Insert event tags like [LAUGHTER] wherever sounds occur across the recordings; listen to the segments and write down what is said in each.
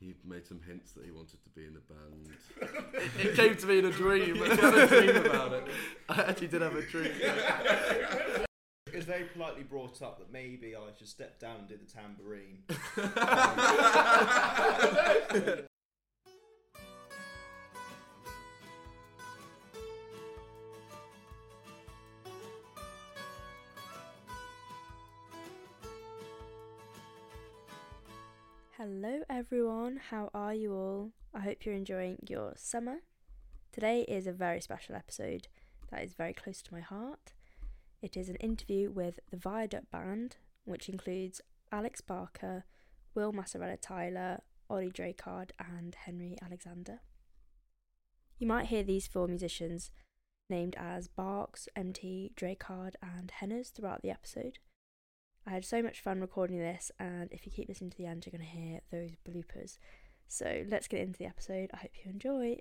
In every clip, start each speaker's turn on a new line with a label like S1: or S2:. S1: He made some hints that he wanted to be in a band.
S2: [LAUGHS] It came to me in a
S1: [LAUGHS]
S2: dream. I had a dream about it. [LAUGHS] I actually did have a dream.
S3: It was very politely brought up that maybe I should step down and do the tambourine.
S4: Hello, everyone. How are you all? I hope you're enjoying your summer. Today is a very special episode that is very close to my heart. It is an interview with the Viaduct Band, which includes Alex Barker, Will Massarella Tyler, Ollie Draycard, and Henry Alexander. You might hear these four musicians named as Barks, MT, Draycard, and Henners throughout the episode. I had so much fun recording this, and if you keep listening to the end, you're going to hear those bloopers. So let's get into the episode. I hope you enjoy.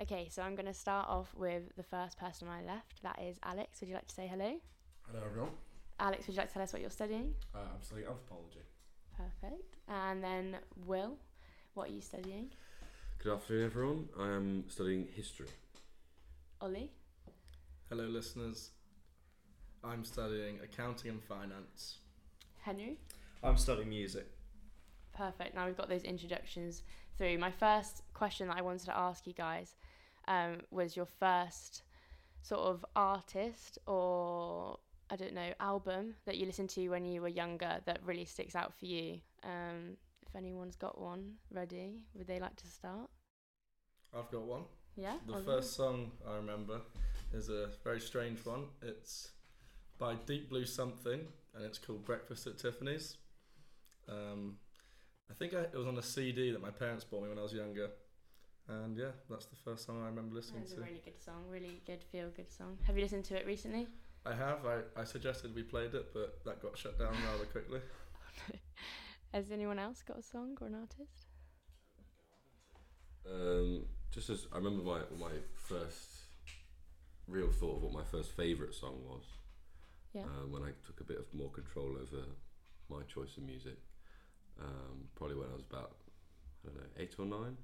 S5: Okay, so I'm going to start off with the first person on my left. That is Alex. Would you like to say hello?
S1: Hello, everyone.
S5: Alex, would you like to tell us what you're studying?
S1: Uh, I'm studying anthropology.
S5: Perfect. And then Will, what are you studying?
S1: Good afternoon, everyone. I am studying history.
S5: Ollie,
S2: Hello, listeners. I'm studying accounting and finance.
S5: Henry.
S3: I'm studying music.
S5: Perfect. Now we've got those introductions
S4: [LAUGHS]
S5: through. My first question that I wanted to ask you guys um, was your first sort of artist or I don't know album that you listened to when you were younger that really sticks out for you. Um, if anyone's got one ready, would they like to start?
S2: I've got one.
S5: Oh, Yeah.
S2: The
S5: Oliver?
S2: first song I remember is a very strange one. It's by Deep Blue Something, and it's called Breakfast at Tiffany's. Um, I think I, it was on a CD that my parents bought me when I was younger, and yeah, that's the first song I remember listening
S5: That was
S2: to.
S5: a really good song. Really good feel good song. Have you listened to it recently?
S2: I have. I, I suggested we played it, but that got shut down rather quickly.
S5: [LAUGHS] Has anyone else got a song or an artist?
S1: Um, just as I remember my my first real thought of what my first favourite song was
S5: Yeah.
S1: uh, when I took a bit of more control over my choice of music. Um, probably when I was about I don't know eight or nine,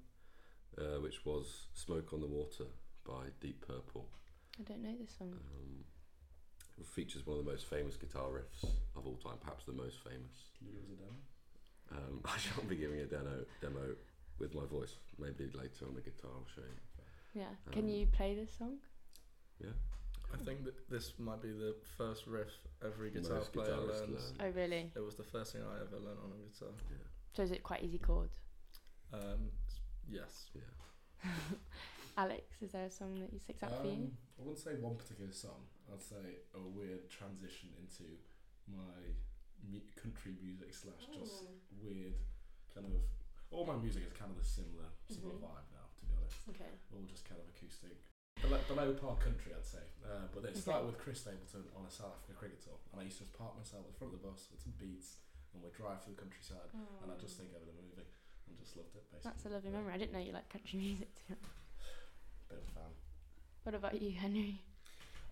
S1: uh, which was "Smoke on the Water" by Deep Purple.
S5: I don't know this song.
S1: Um, it features one of the most famous guitar riffs of all time, perhaps the most famous.
S2: Can you give us a demo?
S1: Um, [LAUGHS] I shan't be giving a demo demo with my voice. Maybe later on the guitar, I'll show you.
S5: Yeah. Can
S1: Um,
S5: you play this song?
S1: Yeah.
S2: I think that this might be the first riff every guitar
S1: Most
S2: player
S1: guitarists
S2: learns.
S1: learn.
S5: Oh really?
S2: It was the first thing I ever learned on a guitar.
S5: So is it quite easy chords?
S2: Um, s- yes.
S5: Alex, is there a song that you sticks out for you?
S6: Um, I wouldn't say one particular song. I'd say a weird transition into my mu- country music slash just
S5: Oh.
S6: weird kind of. All my music is kind of a similar similar
S5: Mhm.
S6: vibe now. To be honest,
S5: Okay.
S6: all just kind of acoustic below, below par country, I'd say. Uh, but it
S5: Okay.
S6: started with Chris Stapleton on a South Africa cricket tour, and I used to just park myself in front of the bus with some beads, and we'd drive through the countryside, and I'd just
S5: Oh.
S6: think over the movie, and just loved it. Basically,
S4: That's a lovely memory. I didn't know you liked country [LAUGHS] music. To be honest.
S6: bit of a [LAUGHS] fan.
S4: What about you, Henry?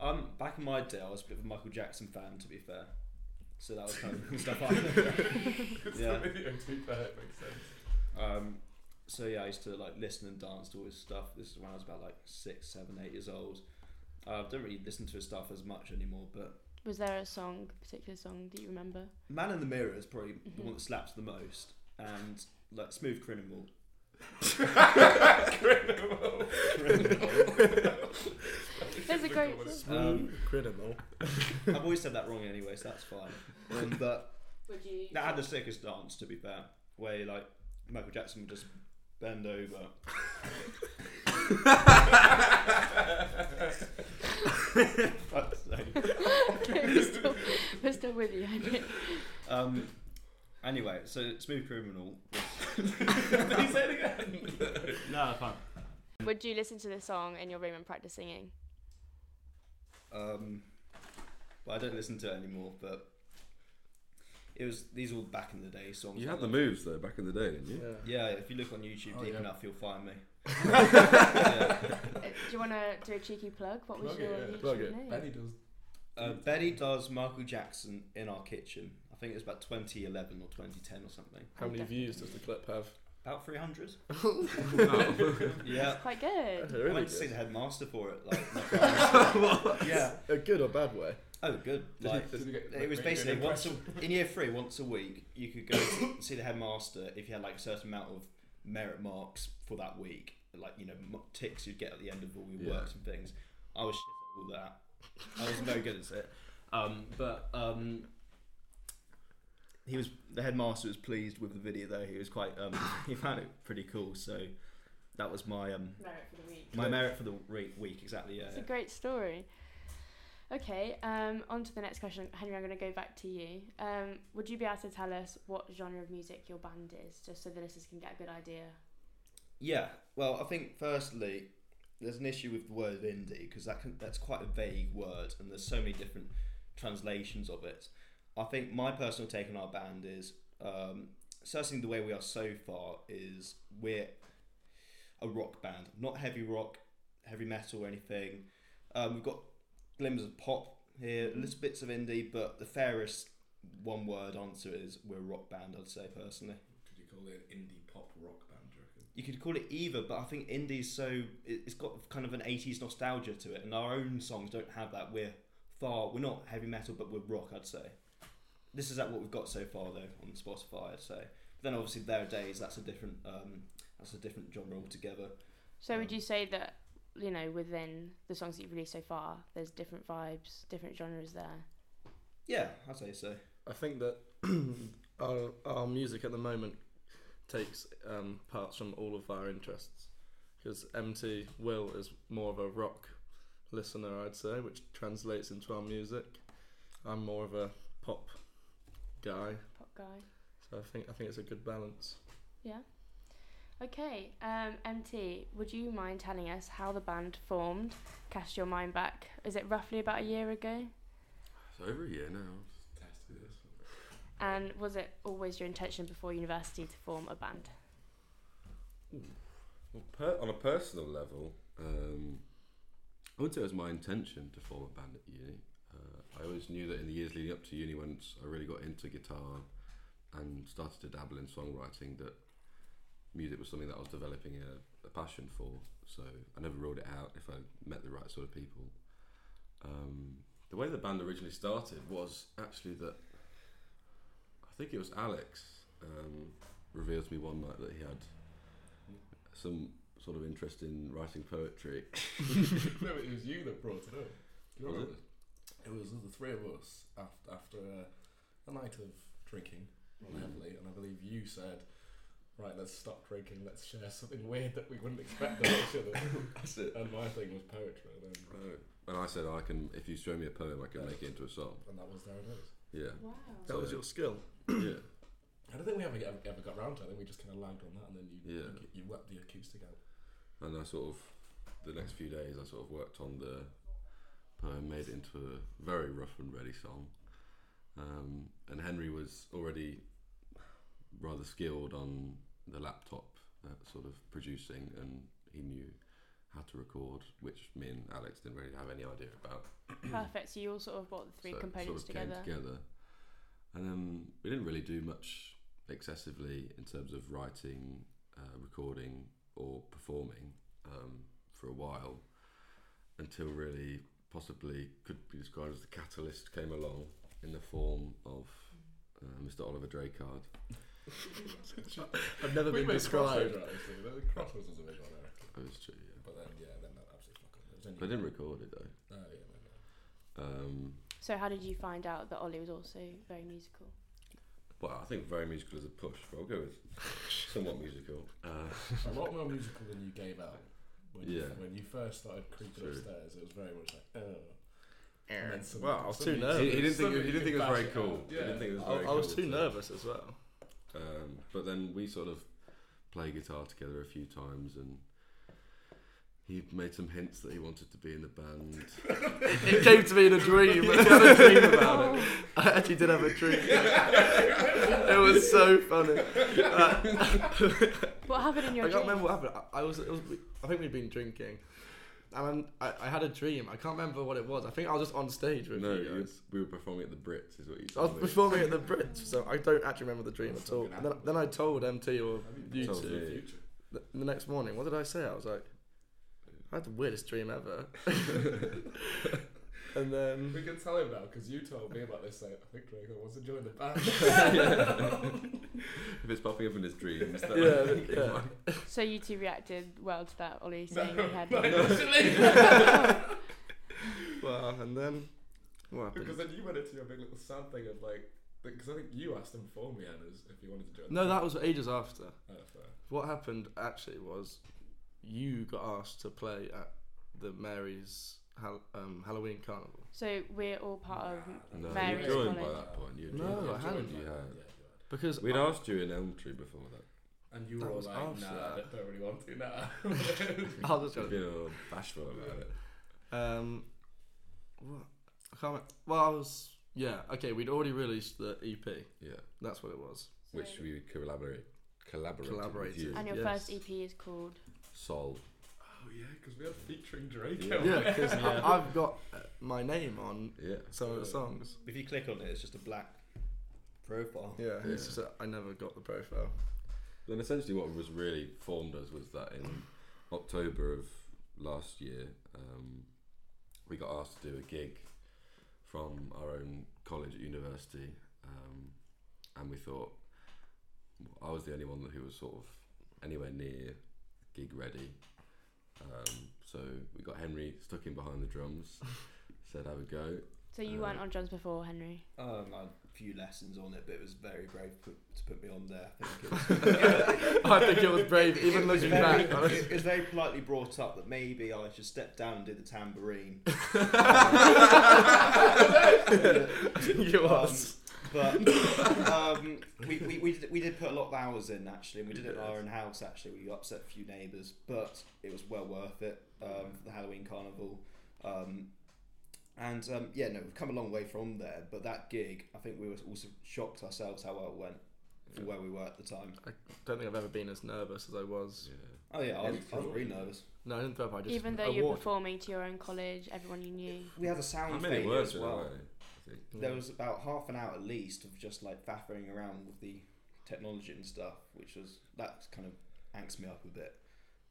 S3: Um, back in my day, I was a bit of a Michael Jackson fan, to be fair. So that was kind of
S2: [LAUGHS]
S3: the stuff I. [LAUGHS] yeah.
S6: it makes sense.
S3: Um, so yeah, I used to like listen and dance to all his stuff. This is when I was about like six, seven, eight years old. Uh, I don't really listen to his stuff as much anymore, but
S4: Was there a song, particular song that you remember?
S3: Man in the Mirror is probably the
S4: Mhm.
S3: one that slaps the most, and like Smooth Criminal.
S6: Criminal.
S4: There's a great song.
S3: Um,
S5: Criminal.
S3: I've always said that wrong anyway, so that's fine. Um, but
S4: Would you?
S3: that had the sickest dance, to be fair, where like Michael Jackson would just bend over. [LAUGHS] Fuck's sake.
S4: okay, we're still, we're still with you, Henry.
S3: Um, anyway, so Smooth Criminal. [LAUGHS] no, fine.
S4: Would you listen to this song in your room and practice singing?
S3: Um, well, I don't listen to it anymore, but it was these were back in the day songs.
S1: You
S3: I
S1: had the
S3: loved.
S1: moves though back in the day, didn't you?
S3: Yeah, if you look on YouTube
S6: Oh,
S3: deep
S6: yeah.
S3: enough, you'll find me. [LAUGHS]
S4: Uh, Do you want to do a cheeky plug? What was
S6: Plug
S4: your
S6: it, yeah.
S4: YouTube
S6: Plug it.
S4: name?
S6: Benny does.
S3: Uh, Betty does Michael Jackson in our kitchen. I think it was about 2011 or 2010 or something.
S5: How many views does the clip
S3: [LAUGHS]
S5: have?
S3: About [LAUGHS] 300.
S5: Wow.
S3: [LAUGHS] Yeah.
S4: It's quite good.
S3: I
S5: really
S3: went to see
S5: good.
S3: the headmaster for it. [LAUGHS] Like, my friends. yeah.
S5: A good or bad way?
S3: Oh, good.
S6: Did
S3: Like,
S6: he- did he get-
S3: it
S6: make
S3: was
S6: you an
S3: basically once
S6: impression?
S3: a, in year three, once a week, you could go to [COUGHS] see the headmaster if you had like a certain amount of merit marks for that week, like you know m- ticks you'd get at the end of all your
S1: Yeah.
S3: works and things. I was shit at all that. I was no good at it. Um, but um, he was the headmaster was pleased with the video though. He was quite um, [COUGHS] he found it pretty cool. So that was my um,
S4: Merit for the week.
S3: my merit for the re- week exactly.
S4: It's a
S3: Yeah.
S4: great story. Okay, um, on to the next question. Henry, I'm going to go back to you. Um, would you be able to tell us what genre of music your band is, just so the listeners can get a good idea?
S3: Yeah. Well, I think firstly, there's an issue with the word indie because that can, that's quite a vague word, and there's so many different translations of it. I think my personal take on our band is um, certainly the way we are so far is we're a rock band, not heavy rock, heavy metal or anything. Um, we've got glimmers of pop here, little bits of indie, but the fairest one word answer is we're a rock band. I'd say personally
S6: Could you call it an indie pop rock band? Do you reckon?
S3: you could call it either, but I think indie's so it- it's got kind of an '80s nostalgia to it, and our own songs don't have that. We're far, we're not heavy metal, but we're rock. I'd say this is at what we've got so far though on Spotify. I'd say. But then obviously there are days that's a different um, that's a different genre altogether.
S4: So, would
S3: Um,
S4: you say that, you know, within the songs that you've released so far, there's different vibes, different genres there?
S3: Yeah, I'd say so.
S5: I think that [CLEARS THROAT] our, our music at the moment takes um, parts from all of our interests because MT Will is more of a rock listener, I'd say, which translates into our music. I'm more of a pop guy,
S4: Pop guy?
S5: so I think I think it's a good balance.
S4: Yeah. Okay, um, MT, would you mind telling us how the band formed? Cast your mind back. Is it roughly about a year ago?
S1: It's over a year now.
S6: Tested this.
S4: And was it always your intention before university to form a band?
S1: Well, per- on a personal level, um, I would say it was my intention to form a band at uni. Uh, I always knew that in the years leading up to uni, once I really got into guitar and started to dabble in songwriting, that music was something that I was developing a, a passion for. So I never ruled it out if I met the right sort of people. Um, the way the band originally started was actually that I think it was Alex um, revealed to me one night that he had some sort of interest in writing
S5: [LAUGHS]
S1: poetry.
S6: no, it was you that brought it up. Do you
S1: Was
S6: remember? It was the three of us after, after a, a night of drinking rather heavily, and I believe you said, "Right, let's stop drinking. Let's share something weird that we wouldn't expect of each other."
S1: [LAUGHS] That's it.
S6: And my thing was poetry, and, then,
S1: And I said, "Oh, I can. If you show me a poem, I can make it into a song.
S6: and that was there it is.
S1: Yeah,
S4: Wow.
S5: That was
S1: So-
S5: your skill.
S6: [LAUGHS]
S1: yeah.
S6: I don't think we ever ever, ever got round to. it. I think we just kind of lagged on that, and then you
S1: Yeah.
S6: you, you whacked the acoustic out.
S1: And I sort of for the next few days, I sort of worked on the poem, made it into a very rough and ready song. Um, and Henry was already rather skilled on the laptop at sort of producing, and he knew how to record, which me and Alex didn't really have any idea about.
S4: Perfect. So you all sort of brought the three
S1: So it sort
S4: components
S1: of
S4: together.
S1: Came together, and then Um, we didn't really do much excessively in terms of writing, uh, recording, or performing um, for a while, until really possibly could be described as the catalyst came along in the form of uh, Mr. Oliver Draycard.
S5: I've never
S6: we
S5: been
S6: made
S5: described.
S6: Crossroads, actually. The Crossroads was a big one, I reckon.
S1: That was true, yeah.
S6: But then, yeah, then that absolutely fuck up. There was only-
S1: But I didn't record it though.
S6: Oh, yeah, no, no.
S1: Um,
S4: So how did you find out that Ollie was also very musical?
S1: well, I think very musical is a push, but I'll go with somewhat musical. Uh,
S6: a lot more musical than you gave out. When You,
S1: Yeah.
S6: when you first started creeping
S1: True.
S6: upstairs, it was very much like, oh. And then some-
S5: Well, I was
S6: some
S5: too
S6: you-
S5: nervous.
S1: he, he didn't
S6: some
S1: think it, he
S6: you
S1: didn't
S6: could
S1: think it was
S6: bash
S1: very
S6: it
S1: cool.
S6: out.
S1: He didn't
S6: Yeah.
S1: think it was
S5: I,
S1: very
S5: I was
S1: cool
S5: too
S1: to-
S5: nervous as well.
S1: Um, but then we sort of play guitar together a few times, and he made some hints that he wanted to be in the [LAUGHS] band.
S5: It came to me in a dream. I had a dream about it. I actually did have a dream. it was so funny.
S4: What happened in your
S5: I can't
S4: dream?
S5: remember what happened. I, I was, it was. I think we'd been drinking, and I, I had a dream. I can't remember what it was. I think I was just on stage with
S1: no,
S5: you
S1: you-
S5: guys.
S1: we were performing at the Brits, is what you
S5: I was
S1: told me. [LAUGHS]
S5: performing at the Brits, so I don't actually remember the dream at all. And then, then I told MT or you
S1: Told
S5: two
S1: me.
S5: th- the next morning. What did I say? I was like, I had the weirdest dream ever. and then
S6: We can tell him now because you told me about this. Saying, I think Draco wants to join the band.
S1: [LAUGHS] If it's popping up in his [LAUGHS] dreams, then
S5: Yeah,
S1: I think it
S5: yeah.
S1: might-
S4: So you two reacted well to that, Ollie saying he had.
S5: well, and then what happened?
S6: because then you went into your big little sad thing of like, because I think you asked him for me, Anna's, if he wanted to join.
S5: No,
S6: the
S5: that was ages after.
S6: band. Oh, fair.
S5: What happened actually was you got asked to play at the Mary's Hal- um, Halloween Carnival.
S4: so we're all part of
S1: No,
S4: Mary's
S1: you joined by
S4: College.
S1: that point. You
S5: No,
S1: joined,
S5: I hadn't.
S1: You had.
S5: Because
S1: We'd
S5: I-
S1: asked you in Elm Tree before that.
S6: And you
S5: That
S6: were all
S5: was
S6: like,
S5: after
S6: nah,
S5: that.
S6: don't really want to now.
S5: I was just
S1: You've
S5: gonna-
S1: been all bashful about it.
S5: um, what? I can't. Remember. Well, I was. Yeah. Okay. We'd already released the EP.
S1: Yeah,
S5: That's what it was.
S1: which we collaborate, collaborated,
S5: Collaborated.
S1: with you.
S4: And your
S5: Yes.
S4: first E EP is called.
S1: Sol.
S6: oh yeah, because we had featuring Draco.
S5: Yeah. Because
S1: [LAUGHS]
S5: I've got uh, my name on
S1: Yeah.
S5: some of the songs.
S3: If you click on it, it's just a black profile.
S5: Yeah. It's just that I never got the profile.
S1: Then essentially, what was really formed us was that in October of last year, um, we got asked to do a gig from our own college at university, um, and we thought I was the only one who was sort of anywhere near gig ready. Um, so we got Henry stuck in behind the drums, [LAUGHS] said I would go.
S4: So you weren't on drums before, Henry.
S3: Um, I had a few lessons on it, but it was very brave put, to put me on there. I think it was,
S5: I think it was brave, even
S3: It was
S5: looking
S3: very,
S5: back. I was-
S3: it was very politely brought up that maybe I should step down and do
S5: [LAUGHS]
S3: the tambourine.
S5: you was.
S3: Um, But um, we, we, we, did, we did put a lot of hours in actually, and we did it at our own house actually. We upset a few neighbours, but it was well worth it um, for the Halloween carnival. Um, and um, yeah, no, we've come a long way from there. But that gig, I think we were also shocked ourselves how well it went for where we were at the time.
S5: I don't think I've ever been as nervous as I was.
S3: Oh yeah, I was, I was really nervous.
S5: No, I didn't throw up. I just
S4: Even
S5: I
S4: though you're
S5: walked.
S4: performing to your own college, everyone you knew.
S3: We had a sound
S1: How many
S3: failure
S1: words
S3: as
S1: in a
S3: well.
S1: way, I think.
S3: There was about half an hour at least of just like faffering around with the technology and stuff, which was that kind of angst me up a bit.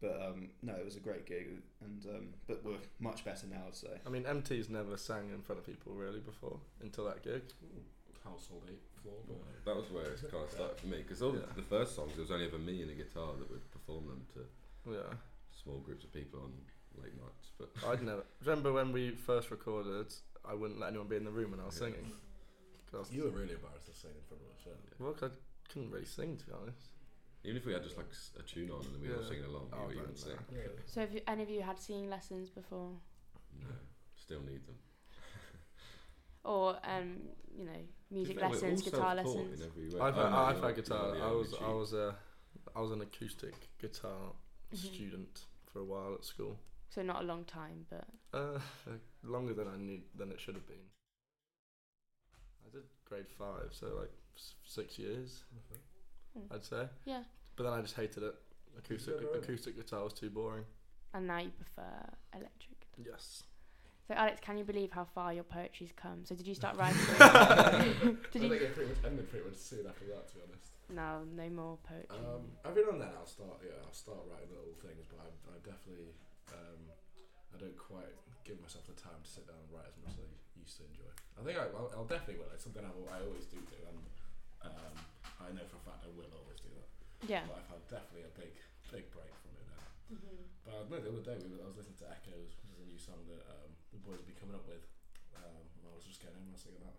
S3: But um, no, it was a great gig, and um, but we're much better now. So
S5: I mean, MT's never sang in front of people really before until that gig.
S6: Household eight floor.
S1: That was where it kind of started for me because all the first songs it was only ever me and a guitar that would perform them to
S5: Yeah,
S1: small groups of people on late nights. [LAUGHS] But
S5: I'd never. Remember when we first recorded? [LAUGHS] I wouldn't let anyone be in the room when I was singing. 'Cause I was,
S6: You were really embarrassed to sing in front of us. weren't you?
S5: well, 'cause I couldn't really sing to be honest.
S1: even if we had just like s- a tune on and we were all
S5: Yeah.
S1: singing along,
S5: Oh,
S1: you
S5: don't
S1: wouldn't sing.
S5: know.
S4: So have you, any of you had singing lessons before,
S1: No, still need them.
S4: or um, you know, music
S1: We're all
S4: lessons, guitar
S1: self-taught
S4: lessons?
S1: in every way.
S5: I've
S1: Oh,
S5: had,
S1: no,
S5: I've
S1: you're-
S5: had
S1: you're
S5: guitar.
S1: the
S5: I was
S1: only
S5: I
S1: cheat.
S5: was a I was an acoustic guitar student for a while at school. Mm-hmm. So not a long time, but
S7: Uh, [LAUGHS] longer than I knew than it should have been. I did grade five, so like s- six years,
S5: Hmm.
S7: I'd say.
S5: yeah.
S7: But then I just hated it. Acoustic
S1: Yeah, right.
S7: acoustic guitar was too boring.
S5: And now you prefer electric.
S7: Yes.
S5: So Alex, can you believe how far your poetry's come? So did you
S7: [LAUGHS]
S5: start writing? did
S1: I
S5: you?
S1: think it pretty much ended pretty much soon after that, to be honest.
S5: No, no more poetry.
S1: Um, every now and then I'll start, yeah, I'll start writing little things, but I, I definitely, um, I don't quite give myself the time to sit down and write as much as I used to enjoy. I think I, I'll, I'll definitely will. It's something I, will- I always do do, and um, I know for a fact I will always do that.
S5: yeah.
S1: But I've had definitely a big, big break from it now. But I know the other day we were, I was listening to Echoes, which is a new song that um, the boys have been coming up with. Um, and I was just getting in and I was thinking, that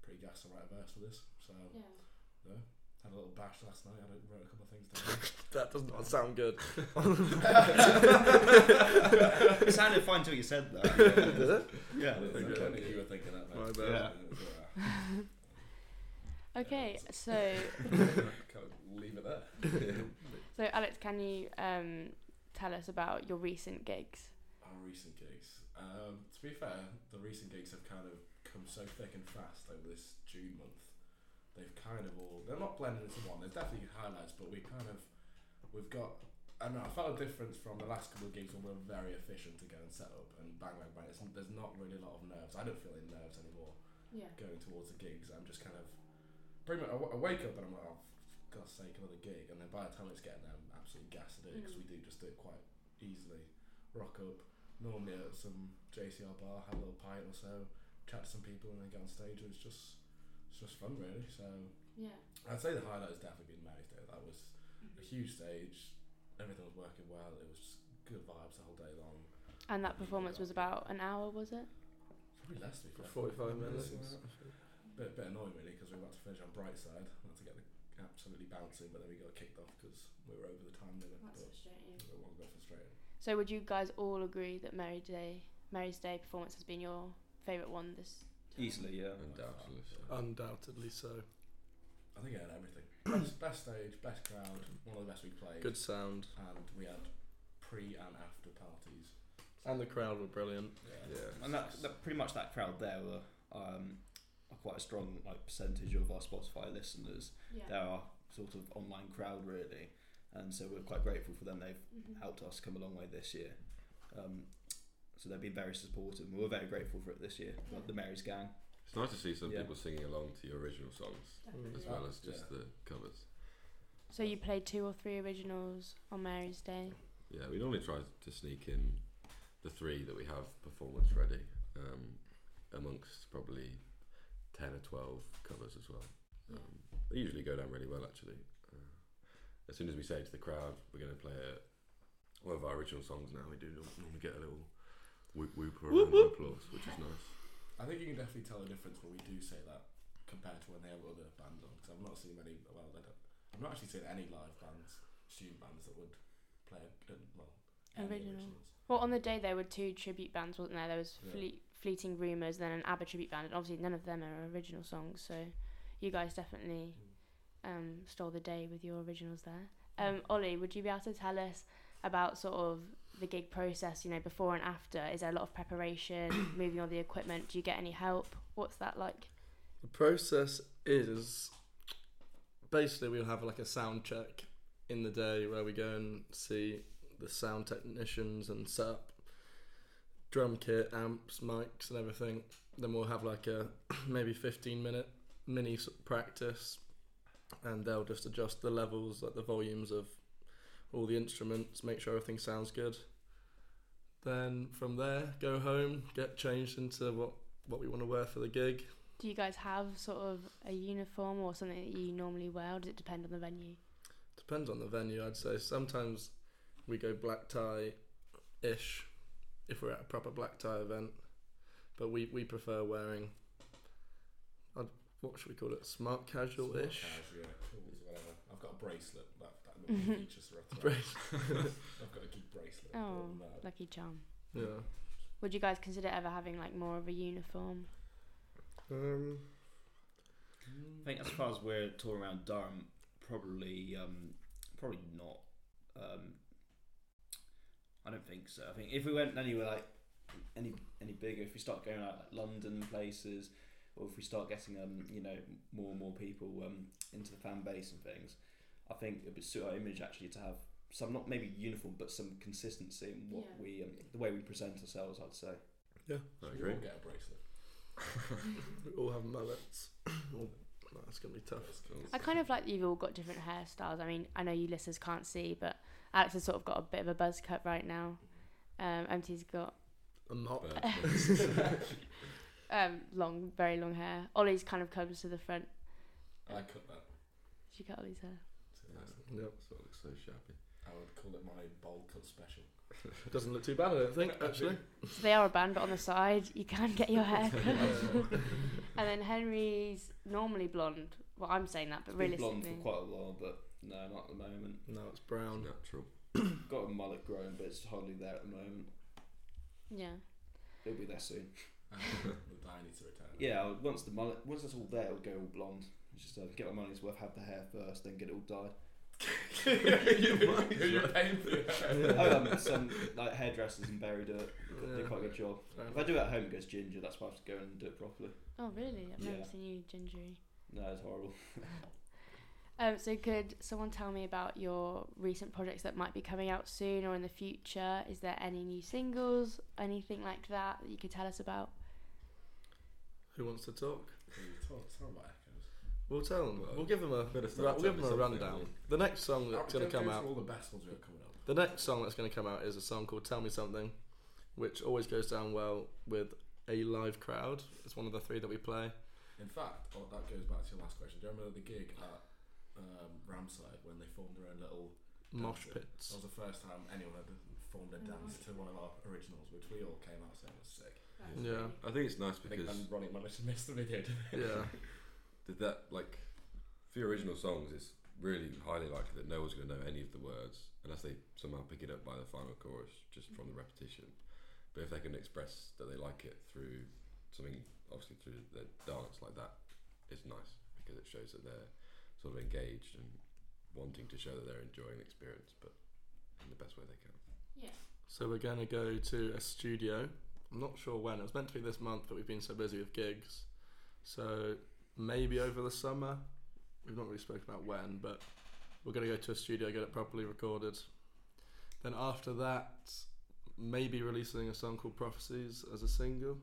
S1: pretty gas to write a verse for this. So
S5: Yeah.
S1: had a little bash last night. I wrote a couple of things down.
S7: That does not sound good.
S3: [LAUGHS] it sounded fine until you said that.
S7: Did it?
S3: yeah.
S1: Okay. you were thinking that.
S7: My
S1: mate.
S7: bad.
S1: Yeah.
S5: Okay, so
S1: [LAUGHS] Kind of leave it there.
S5: so Alex, can you um, tell us about your recent gigs?
S1: Our recent gigs. Um, to be fair, the recent gigs have kind of come so thick and fast over this June month. They've kind of all they're not blended into one. There's definitely highlights, but we kind of we've got. I don't know. I felt a difference from the last couple of gigs when we were very efficient to go and set up and bang bang bang. It's, there's not really a lot of nerves. I don't feel any nerves anymore.
S5: Yeah.
S1: going towards the gigs. I'm just kind of pretty much I, w- I wake up and I'm like, oh, for God's sake, another gig. And then by the time it's getting there, I'm absolutely gassed at it because we do just do it quite easily. Rock up, normally at some JCR bar, have a little pint or so, chat to some people, and then get on stage. And it's just it's just fun really. So
S5: Yeah.
S1: I'd say the highlight has definitely been Mary's Day. That was a huge stage. Everything was working well. It was just good vibes the whole day long.
S5: And that performance was about an hour, was it?
S1: Probably less to be
S7: For
S1: fair.
S7: 45 minutes.
S1: bit, bit annoying really because we were about to finish on Brightside. We had to get the absolutely bouncing, but then we got kicked off because we were over the time limit. but it was a bit frustrating.
S5: So would you guys all agree that Mary Day, Mary's Day performance has been your favourite one this?
S3: Easily, yeah.
S4: Undoubtedly. so.
S7: Undoubtedly so.
S1: I think it had everything. best, best stage, best crowd, one of the best we played.
S7: Good sound.
S1: And we had pre and after parties.
S7: And the crowd were brilliant. Yeah.
S3: And that, that pretty much that crowd there were um, are quite a strong like percentage of our Spotify listeners. They are sort of online crowd really, and so we're quite grateful for them. They've helped us come a long way this year. Um, so they've been very supportive. and We're very grateful for it this year. Like the Mary's Gang.
S4: It's nice to see some
S3: Yeah.
S4: people singing along to your original songs as well as just the covers.
S5: So you played two or three originals on Mary's Day.
S4: Yeah, we normally try to sneak in the three that we have performance ready um, amongst probably 10 or 12 covers as well. Um, they usually go down really well, actually. Uh, as soon as we say to the crowd, we're going to play a, one of our original songs now, we do nor- normally get a little whoop whoop or a round of applause, which is nice.
S1: I think you can definitely tell the difference when we do say that compared to when they have other bands on. Because I've not seen many. Well, I don't, I've not actually seen any live bands, student bands that would play uh, well any
S5: Original.
S1: originals.
S5: Well, on the day there were two tribute bands, wasn't there? There was
S1: Yeah.
S5: Fleet, Fleeting Rumours, then an ABBA tribute band, and obviously none of them are original songs. So you guys definitely um, stole the day with your originals there. Um, Ollie, would you be able to tell us about sort of the gig process? You know, before and after. Is there a lot of
S7: [COUGHS]
S5: preparation, moving all the equipment? Do you get any help? What's that like?
S7: The process is basically we'll have like a sound check in the day where we go and see the sound technicians and set up drum kit, amps, mics, and everything. Then we'll have like a maybe 15 minute mini s- practice and they'll just adjust the levels, like the volumes of all the instruments, make sure everything sounds good. Then from there, go home, get changed into what, what we want to wear for the gig.
S5: Do you guys have sort of a uniform or something that you normally wear? Or does it depend on the venue?
S7: Depends on the venue, I'd say. Sometimes we go black tie ish if we're at a proper black tie event, but we, we prefer wearing, i what should we call it, smart casual ish?
S1: Smart casual, tools, whatever. I've got a bracelet. That, that
S5: Mm-hmm.
S1: little features are up to that. [LAUGHS] I've got a geek bracelet. but uh,
S5: Oh,
S1: no.
S5: lucky charm.
S7: Yeah.
S5: Would you guys consider ever having like more of a uniform?
S7: Um,
S3: I think as far as we're touring around Durham, probably um, probably not. Um, I don't think so. I think if we went anywhere like any any bigger, if we start going out like London places, or if we start getting um you know more and more people um into the fan base and things, I think it would suit our image actually to have some not maybe uniform but some consistency in what
S4: Yeah.
S3: we um, the way we present ourselves. I'd say.
S5: Yeah,
S1: I
S6: We
S1: agree.
S6: all get a bracelet.
S5: [LAUGHS] we all have
S1: [COUGHS]
S5: mullets. All- That's gonna be tough.
S4: I kind of like that you've all got different hairstyles. I mean, I know you listeners can't see,
S5: [LAUGHS]
S4: but Alex has sort of got a bit of a buzz cut right now. Um, MT's got
S5: A knot.
S1: But,
S5: [LAUGHS]
S4: um, long, very long hair. Ollie's kind of comes to the front.
S6: I cut that.
S4: She cut Ollie's hair.
S1: yeah,
S5: Yep.
S1: that's what looks so shabby.
S6: I would call it my bowl cut special.
S5: [LAUGHS] Doesn't look too bad, I don't think. Actually,
S4: So they are a band, but on the side, you can get your hair cut. and then Henry's normally blonde. Well, I'm saying that, but
S3: Been blonde
S4: realistically,
S3: for quite a while, but no, not at the moment.
S5: [LAUGHS] no, it's brown.
S1: Natural.
S3: Got a mullet growing, but it's hardly there at the moment.
S4: yeah.
S3: It'll be
S5: [LAUGHS]
S3: there soon.
S6: the dye needs to return.
S3: Yeah, I'll- once the mullet, once that's all there, it'll go all blonde. It's just uh, get my money's worth, have the hair first, then get it all dyed.
S6: [LAUGHS]
S5: [LAUGHS]
S6: You're paying for it.
S3: oh, um, some like hairdressers in Bury do it. They do
S5: Yeah.
S3: quite a good job. If I do it at home, it goes ginger. That's why I have to go in and do it properly.
S4: Oh, really? I've
S3: Yeah.
S4: never seen you gingery.
S3: No, it's horrible.
S4: Um, so could someone tell me about your recent projects that might be coming out soon or in the future? Is there any new singles, anything like that that you could tell us about?
S5: [LAUGHS] Who wants to talk?
S6: Tell, tell my echoes.
S5: We'll tell them.
S1: Well,
S5: We'll give them a.
S6: bit of
S5: ra-
S6: stuff,
S5: we'll give them a
S6: something,
S5: rundown.
S6: yeah.
S5: The next song that's
S6: Go-
S5: gonna
S6: go
S5: come
S6: through
S5: out.
S6: All the best ones we have coming up.
S5: The next song that's going to come out is a song called Tell Me Something, which always goes down well with a live crowd. It's one of the three that we play.
S6: In fact, oh, that goes back to your last question. Do you remember the gig at um, Ramside when they formed their own little
S5: Mosh
S6: dance?
S5: pits.
S6: That was the first time anyone had formed a dance to one of our originals, which we all came out saying was sick.
S5: Yeah.
S1: I think it's nice
S6: I think
S1: because
S6: and Ronnie managed to miss the video. Didn't he? [LAUGHS]
S5: Yeah.
S1: did that like for your original songs it's really highly likely that no one's going to know any of the words unless they somehow pick it up by the final chorus just from the repetition but if they can express that they like it through something obviously through the dance like that it's nice because it shows that they're sort of engaged and wanting to show that they're enjoying the experience but in the best way they can
S5: So we're going to go to a studio. I'm not sure when. It was meant to be this month, but we've been so busy with gigs. So maybe over the summer. We've not really spoken about when, but we're going to go to a studio, get it properly recorded. Then after that, maybe releasing a song called Prophecies as a single,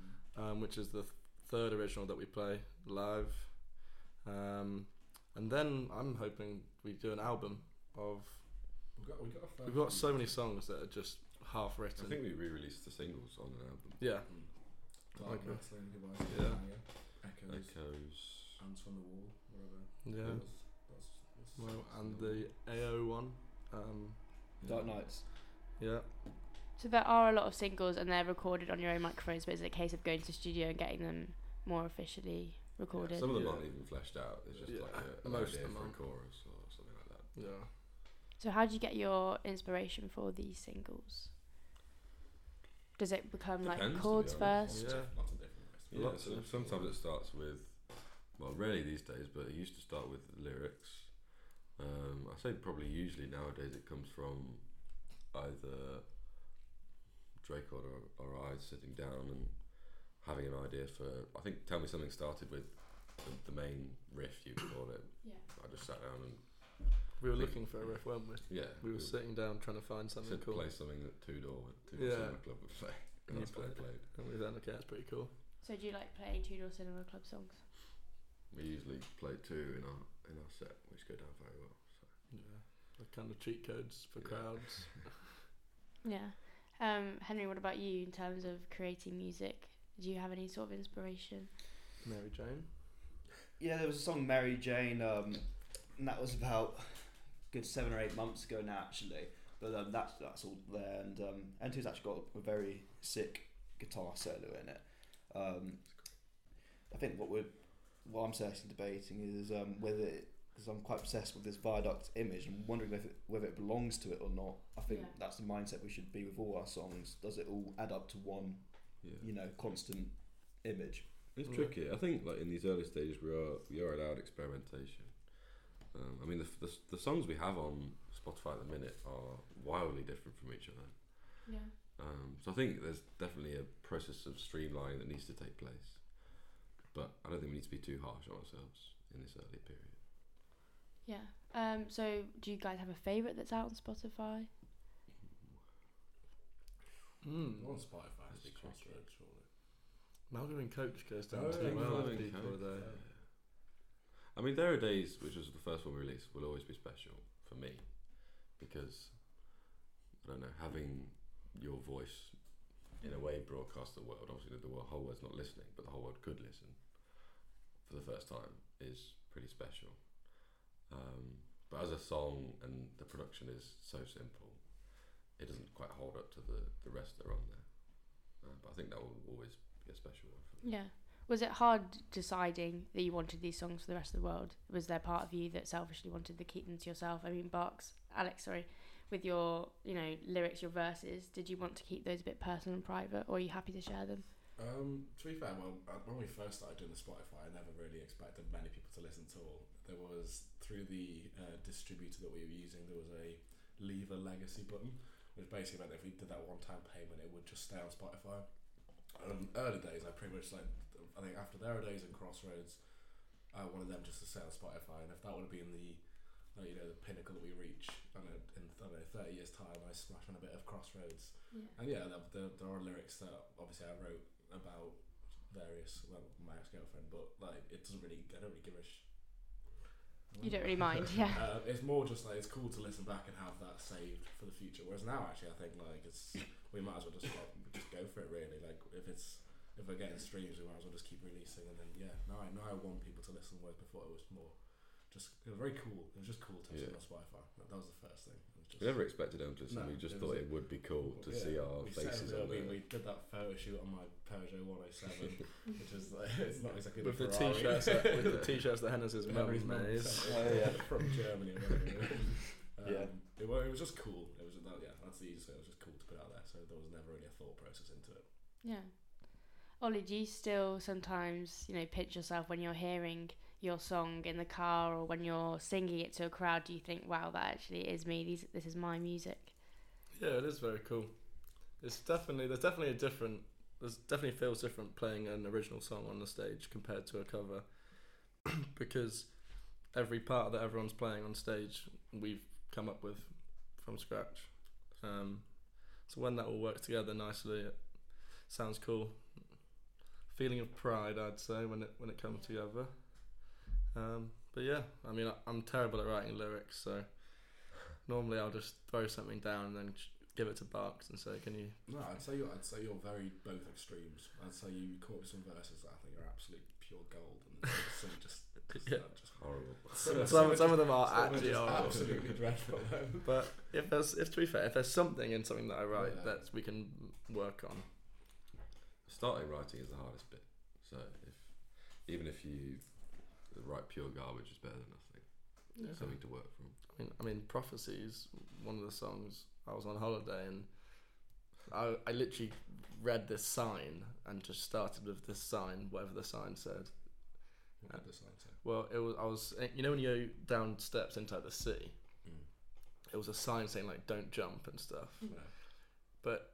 S6: Mm.
S5: um, which is the th- third original that we play live. Um, and then I'm hoping we do an album of.
S6: We've got, we've got, a fair
S5: We've got
S6: few.
S5: so many songs that are just half written.
S1: I think we re-released the singles on an album
S5: Yeah.
S6: Dark
S5: Okay.
S6: Matter, Mm. Goodbye,
S5: Yeah.
S6: Hanger, Echoes,
S1: Echoes
S6: Ants on the Wall, whatever.
S5: Yeah.
S6: That was- that's, that's
S5: Well,
S6: that's
S5: and
S6: the-
S5: the AO one. Um,
S3: Dark Knights.
S5: yeah.
S4: So there are a lot of singles and they're recorded on your own microphones, but it's a case of going to the studio and getting them more officially recorded.
S1: some of them
S5: Yeah.
S1: aren't even fleshed out it's just
S5: Yeah,
S1: like a, an
S5: most of
S1: idea
S5: them
S1: for a
S5: aren't.
S1: chorus or something like that
S5: Yeah.
S4: so how do you get your inspiration for these singles? Does it become
S1: Depends, to
S4: like
S1: be
S4: chords
S1: honest.
S4: first?
S5: Yeah.
S6: Lots of different ways.
S1: Yeah,
S5: Lots
S1: so
S5: of-
S1: sometimes it starts with, well, rarely these days, but it used to start with lyrics. Um, I say probably usually nowadays it comes from either Drake or, or I sitting down and having an idea for. I think Tell Me Something started with the, the main riff, you would call it.
S4: Yeah.
S1: I just sat down and,
S5: We were
S1: Think-
S5: looking for a riff, weren't we?
S1: yeah.
S5: We were sitting down trying to find something
S1: said
S5: cool.
S1: play something that Two Door, Two Door
S5: Yeah.
S1: Cinema Club would play. And
S5: You
S1: that's what I
S5: played.
S1: played.
S5: And we then, okay, that's pretty cool.
S4: So do you like playing Tudor Cinema Club songs?
S1: We usually play two in our in our set, which go down very well. So.
S5: Yeah. The kind of cheat codes for
S1: Yeah. [LAUGHS]
S5: crowds.
S4: Yeah. Um, Henry, what about you in terms of creating music? Do you have any sort of inspiration?
S5: Mary Jane.
S3: Yeah, there was a song Mary Jane, um, and that was about a good seven or eight months ago now, actually. But um, that's that's all there, and um, N2's actually got a very sick guitar solo in it. Um, I think what we're what I'm certainly debating is um, whether because I'm quite obsessed with this viaduct image and wondering whether it, whether it belongs to it or not. I think
S4: Yeah.
S3: that's the mindset we should be with all our songs. Does it all add up to one,
S1: Yeah.
S3: you know, constant image?
S1: It's
S5: Yeah.
S1: tricky. I think like in these early stages, we are we are allowed experimentation. Um, I mean, the, the the songs we have on Spotify at the minute are wildly different from each other.
S5: Yeah.
S1: Um, so I think there's definitely a process of streamlining that needs to take place, but I don't think we need to be too harsh on ourselves in this early period.
S5: Yeah. Um, so, do you guys have a favourite that's out on Spotify?
S3: Mm. Hmm.
S8: We're on Spotify,
S1: That's
S8: it's
S1: tricky.
S8: Crossroads, surely.
S3: Malcolm and Coach goes down
S8: Oh,
S3: too
S8: yeah,
S3: well.
S8: Malcolm and
S3: with people.
S8: Coach.
S1: Holiday. I mean, there are days, which was the first one we released, will always be special for me because I don't know having your voice in a way broadcast to the world. Obviously, the world, whole world's not listening, but the whole world could listen for the first time is pretty special. Um, but as a song and the production is so simple, it doesn't quite hold up to the, the rest that are on there. Uh, but I think that will always be a special one for me.
S5: Yeah. Was it hard deciding that you wanted these songs for the rest of the world? Was there part of you that selfishly wanted to keep them to yourself? I mean, Barks, Alex, sorry, with your you know lyrics, your verses, did you want to keep those a bit personal and private, or are you happy to share them?
S8: Um, to be fair, when, uh, when we first started doing the Spotify, I never really expected many people to listen to all. There was, through the uh, distributor that we were using, there was a leave a legacy button, which basically meant if we did that one time payment, it would just stay on Spotify. Um, early days, I pretty much like, I think after their days in Crossroads, I wanted them just to stay on Spotify, and if that would have been the like, you know, the pinnacle that we reach, and uh, in I don't know, 30 years' time, I smash on a bit of Crossroads, and yeah, there, there, there are lyrics that obviously I wrote about various well my ex girlfriend, but like it doesn't really I don't really give a sh-
S5: You don't really mind, yeah.
S8: Uh, it's more just like it's cool to listen back and have that saved for the future. Whereas now, actually, I think like it's we might as well just like, just go for it. Really, like if it's if we're getting streams, we might as well just keep releasing. And then yeah, now I now I want people to listen. Whereas before it was more just it was very cool. It was just cool to listen
S1: Yeah.
S8: on Spotify. That, that was the first thing. It was just,
S1: We never expected them to listen.
S8: No,
S1: we just
S8: it
S1: thought
S8: was-
S1: it would be cool to
S8: Yeah.
S1: see our
S8: we set
S1: faces
S8: up,
S1: on
S8: we,
S1: there.
S8: we did that photo shoot on my Peugeot
S3: [LAUGHS]
S8: 107, which is like, [LAUGHS] it's not exactly
S3: With the
S8: Ferrari.
S3: t-shirts, that, with
S8: [LAUGHS]
S3: the t-shirts that Hannah's his mum
S8: Memories man.
S3: is.
S8: Oh, yeah. from Germany. Or whatever. um,
S9: Yeah.
S8: It, wa- it was just cool. It was that, yeah. That's the easiest. way. It was just cool to put out there. So there was never really a thought process into it.
S5: Yeah. Ollie, do you still sometimes, you know, pitch yourself when you're hearing your song in the car or when you're singing it to a crowd? Do you think, wow, that actually is me? These, this is my music.
S3: Yeah, it is very cool. It's definitely there's definitely a different there's definitely feels different playing an original song on the stage compared to a cover [CLEARS THROAT] because every part that everyone's playing on stage we've come up with from scratch. Um, so when that all works together nicely, it sounds cool. Feeling of pride, I'd say, when it when it comes together. Um, but yeah, I mean, I, I'm terrible at writing lyrics, so normally I'll just throw something down and then sh- give it to Barks and say, "Can you?"
S8: No, I'd say you're, I'd say you're very both extremes. I'd say you caught up with some verses that I think are absolute pure gold, and [LAUGHS] some just, just,
S3: Yeah.
S8: uh, just [LAUGHS]
S1: Horrible.
S8: Some,
S3: Some,
S8: are
S3: some of them
S8: just-
S3: are
S8: some are
S3: actually
S8: just [LAUGHS]
S3: horrible.
S8: absolutely
S3: [LAUGHS]
S8: dreadful. though.
S3: But if there's, if to be fair, if there's something in something that I write
S8: Yeah.
S3: that we can work on,
S1: Starting writing is the hardest bit. So if even if you write pure garbage, it's better than nothing. Something to work from.
S3: I mean, I mean, prophecies. One of the songs I was on holiday and I, I literally read this sign and just started with this sign, whatever the sign said.
S8: What did the sign say?
S3: Well, it was I was eh, you know when you go down steps into like, the sea,
S8: Mm.
S3: it was a sign saying like don't jump and stuff.
S1: Mm.
S3: But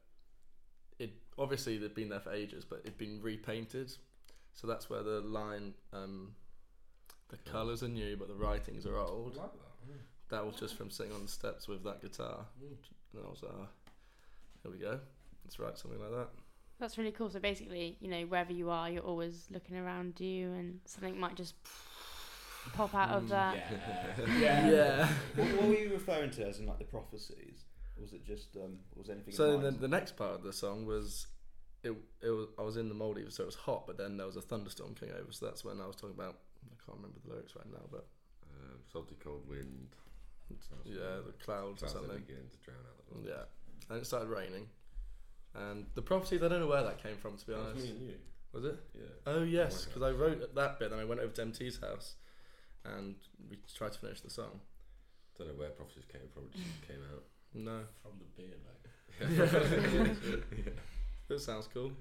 S3: it obviously they'd been there for ages, but it'd been repainted, so that's where the line, um, the colours are new but the writings are old.
S8: I like that. yeah.
S3: That was just from sitting on the steps with that guitar. And I was like, "Ah, here we go. Let's write something like that.
S5: That's really cool. So basically, you know, wherever you are, you're always looking around you, and something might just pop out of that.
S8: Mm, Yeah. yeah.
S3: Yeah.
S9: what, what were you referring to as in like the prophecies? Or was it just um, was anything? in
S3: So the,
S9: mind?
S3: the next part of the song was, it, it was I was in the Maldives, so it was hot, but then there was a thunderstorm coming over, so that's when I was talking about. I can't remember the lyrics right now, but
S1: Um, salty cold wind.
S3: yeah, the
S1: Clouds
S3: clouds or
S1: that
S3: something.
S1: begin to drown out the light.
S3: Yeah, and it started raining, and the prophecies. I don't know where that came from, to be
S1: That's
S3: honest.
S1: me and you.
S3: Was it?
S1: Yeah.
S3: Oh yes,
S1: my
S3: because I wrote that bit, and I went over to MT's house, and we tried to finish the song.
S1: Don't know where prophecies came from. It just came out.
S3: No,
S8: From the
S1: [LAUGHS]
S3: [LAUGHS]
S8: beer, mate.
S3: it sounds cool.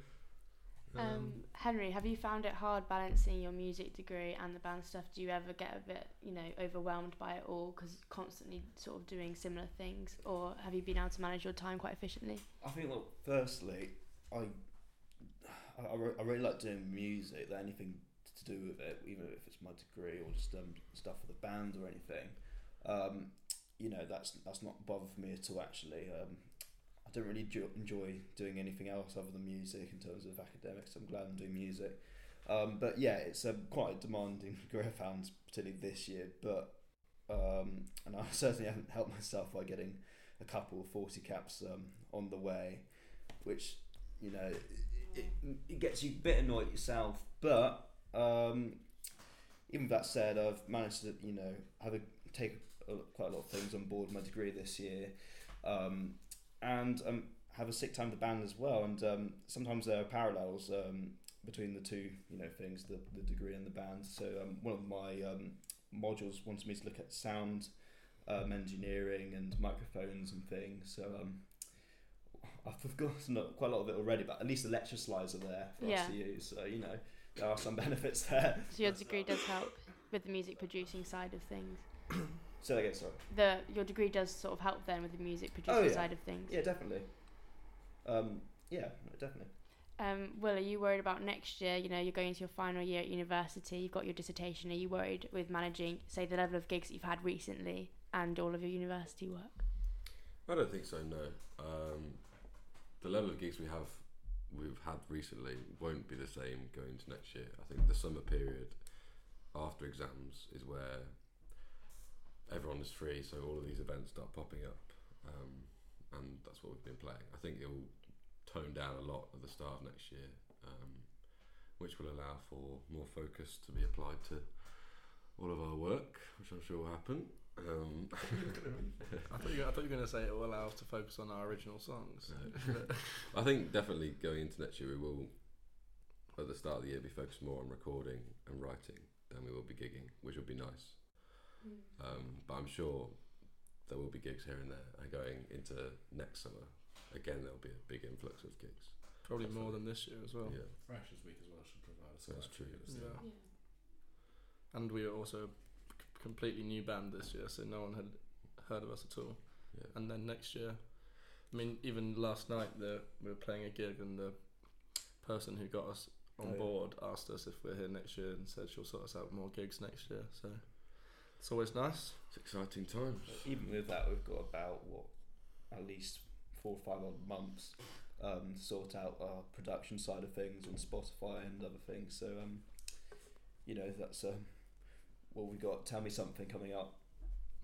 S5: Um,
S4: Henry, have you found it hard balancing your music degree and the band stuff? Do you ever get a bit, you know, overwhelmed by it all because constantly sort of doing similar things, or have you been able to manage your time quite efficiently?
S3: I think, look, firstly, I, I, I re- I really like doing music. That anything to do with it, even if it's my degree or just um, stuff for the band or anything, um, you know, that's that's not bothered me at all. Actually, um, I don't really jo- enjoy doing anything else other than music in terms of academics. I'm glad I'm doing music. Um, but yeah, it's um, quite a demanding [LAUGHS] degree I found, particularly this year. But um, and I [LAUGHS] certainly haven't helped myself by getting a couple of 40 caps um, on the way, which, you know, it, it, it gets you a bit annoyed at yourself. But um, even with that said, I've managed to, you know, have a, take a, quite a lot of things on board my degree this year um, and um, have a sick time with the band as well. And um, sometimes there are parallels um, between the two, you know, things, the, the degree and the band. So um, one of my um, modules wanted me to look at sound um, engineering and microphones and things. So um, I've forgotten [LAUGHS] quite a lot of it already, but at least the lecture slides are there for us
S4: Yeah.
S3: to use. So you know, there are some [LAUGHS] benefits there.
S4: So your degree does help with the music producing side of things.
S3: Say that again, sorry.
S4: The your degree does sort of help then with the music producing
S3: Oh, yeah.
S4: side of things.
S3: Yeah, definitely. Um, yeah, definitely.
S4: Um, Will, are you worried about next year? You know, you're going into your final year at university, you've got your dissertation. Are you worried with managing, say, the level of gigs that you've had recently and all of your university work?
S1: I don't think so. No, um, the level of gigs we have, we've had recently, won't be the same going into next year. I think the summer period after exams is where everyone is free, so all of these events start popping up, um, and that's what we've been playing. I think it will tone down a lot at the start of next year, um, which will allow for more focus to be applied to all of our work, which I'm sure will happen. Um,
S5: I thought you, I thought you were going to say it will allow us to focus on our original songs.
S1: [LAUGHS] I think definitely going into next year, we will, at the start of the year, be focused more on recording and writing than we will be gigging, which will be nice. Um, but I'm sure there will be gigs here and there. And going into next summer, again, there'll be a big influx of gigs.
S5: Probably more than this year as well.
S1: Yeah,
S6: Freshers Week as well should provide us.
S1: That's true.
S5: Yeah. And we were also a c- completely new band this year, so no one had heard of us at all.
S1: yeah.
S5: And then next year, I mean, even last night the, we were playing a gig, and the person who got us on
S3: Oh, yeah.
S5: board asked us if we're here next year, and said she'll sort us out more gigs next year. So it's always nice.
S1: It's exciting times.
S3: Even with that, we've got about what at least four or five odd months um, to sort out our production side of things and Spotify and other things. So um, you know that's um, what we got. Tell me something coming up.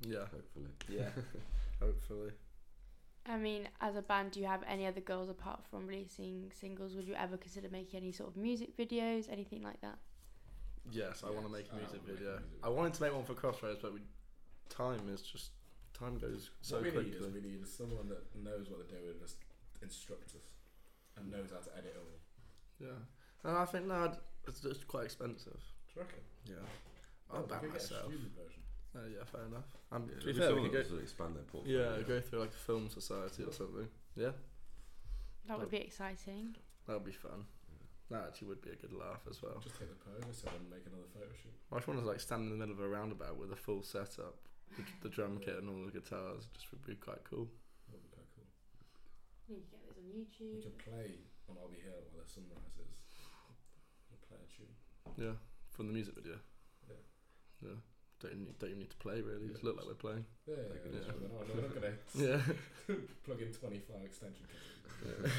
S5: Yeah,
S1: Hopefully, [LAUGHS]
S3: Yeah.
S5: hopefully.
S4: I mean, as a band, do you have any other goals apart from releasing singles? Would you ever consider making any sort of music videos, anything like that?
S5: Yes, I want to make a
S6: I
S5: music
S6: wanna make a
S5: video.
S6: music
S5: I wanted to make one for Crossroads, but we, time is just time goes
S6: So
S5: so
S6: what we
S5: quickly.
S6: need is we need is someone that knows what they're doing, just instruct us, and knows how to edit all.
S5: Yeah, and I think that it's just quite expensive.
S6: Do you reckon? Oh,
S5: Yeah, I'll
S6: we
S5: back
S6: could get a
S5: myself.
S6: student version.
S5: Uh, yeah, fair enough. Um,
S1: yeah.
S5: to be fair, we
S1: someone
S5: could go.
S1: that sort of expand their portfolio.
S5: Yeah, go through like a film society or something. Yeah,
S4: That would
S5: Oh.
S4: be exciting.
S5: that would be fun. That actually would be a good laugh as well.
S6: Just take the pose and make another photo shoot.
S5: I just want to like stand in the middle of a roundabout with a full setup, the, the drum kit and all the guitars. Just would be quite cool.
S6: That would be quite cool.
S4: You can get those on
S6: We
S4: YouTube.
S6: could play on I'll Be Here while the sun rises. We'll play a tune.
S5: Yeah, from the music video.
S6: Yeah.
S5: Yeah. Don't even, need, don't even need to play really. Just
S6: Yeah.
S5: look like we're playing.
S6: Yeah, yeah,
S1: Take it
S6: yeah.
S5: as
S6: No, no, we're not gonna
S5: [LAUGHS] Yeah.
S6: [LAUGHS] plug in 25 extension cables.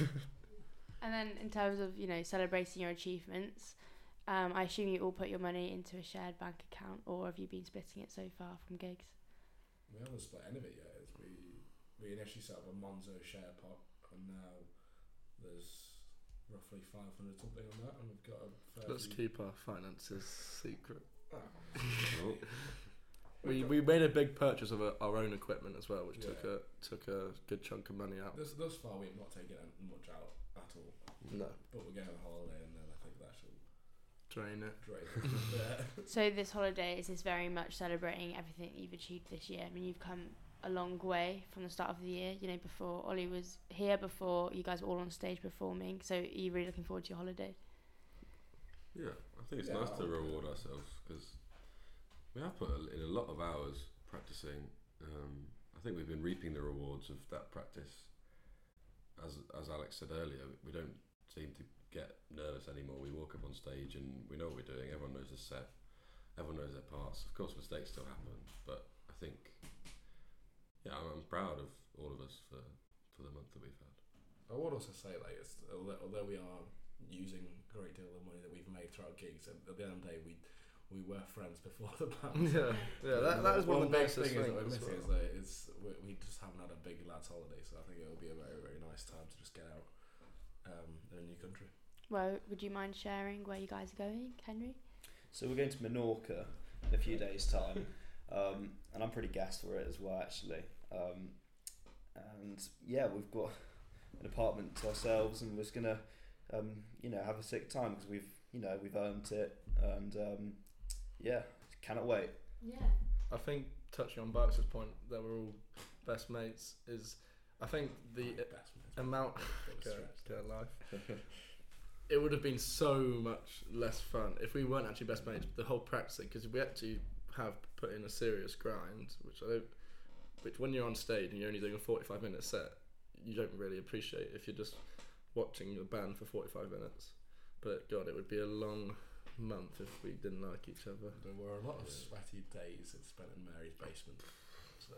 S4: And then, in terms of you know celebrating your achievements, um, I assume you all put your money into a shared bank account, or have you been splitting it so far from gigs?
S6: We haven't split any of it yet. It's we we initially set up a Monzo share pot, and now there's roughly 500 something on that, and we've got a fair
S5: Let's [LAUGHS]
S6: few- Ah.
S5: keep our finances secret.
S1: Oh,
S5: We, we made a big purchase of a, our own equipment as well, which took
S6: Yeah.
S5: a took a good chunk of money out.
S6: Thus, thus far, we've not taken out much out at all,
S5: No,
S6: but we're going on holiday, and then I think that should
S5: drain it.
S6: drain it. [LAUGHS] Yeah.
S4: So this holiday is this very much celebrating everything that you've achieved this year. I mean, you've come a long way from the start of the year. You know, before Ollie was here, before you guys were all on stage performing. So are you really looking forward to your holiday?
S10: Yeah, I think it's
S1: Yeah,
S10: nice
S1: I
S10: to
S1: would.
S10: reward ourselves because we have put a- in a lot of hours practicing. Um, I think we've been reaping the rewards of that practice. As as Alex said earlier, we don't seem to get nervous anymore. We walk up on stage and we know what we're doing. Everyone knows the set. Everyone knows their parts. Of course, mistakes still happen, but I think, yeah, I'm, I'm proud of all of us for for the month that we've had.
S1: I would also say, like, it's, although although we are using a great deal of money that we've made through our gigs, at the end of the day, we we were friends before the [LAUGHS] band.
S4: Yeah, yeah, that, that is one of the
S1: big
S4: nicest
S1: things that we're
S4: things as
S1: missing is
S4: well.
S1: that it's we, we just haven't had a big lads holiday, so I think it will be a very very nice time to just get out um, in a new country.
S5: Well, would you mind sharing where you guys are going, Henry?
S3: So we're going to Menorca in a few days' time, um, and I'm pretty gassed for it as well, actually. Um, and yeah, we've got an apartment to ourselves, and we're just gonna, um, you know, have a sick time because we've, you know, we've earned it, and um, yeah, cannot wait.
S5: Yeah.
S4: I think touching on Barks' point that we're all best mates is, I think the
S1: Best mates.
S4: amount. Go, go life. it would have been so much less fun if we weren't actually best mates. The whole practicing because we actually have put in a serious grind, which I don't. Which when you're on stage and you're only doing a 45 minute set, you don't really appreciate if you're just watching the band for 45 minutes. But God, it would be a long month if we didn't like each other.
S1: There were a lot of sweaty days it's spent in Mary's basement, so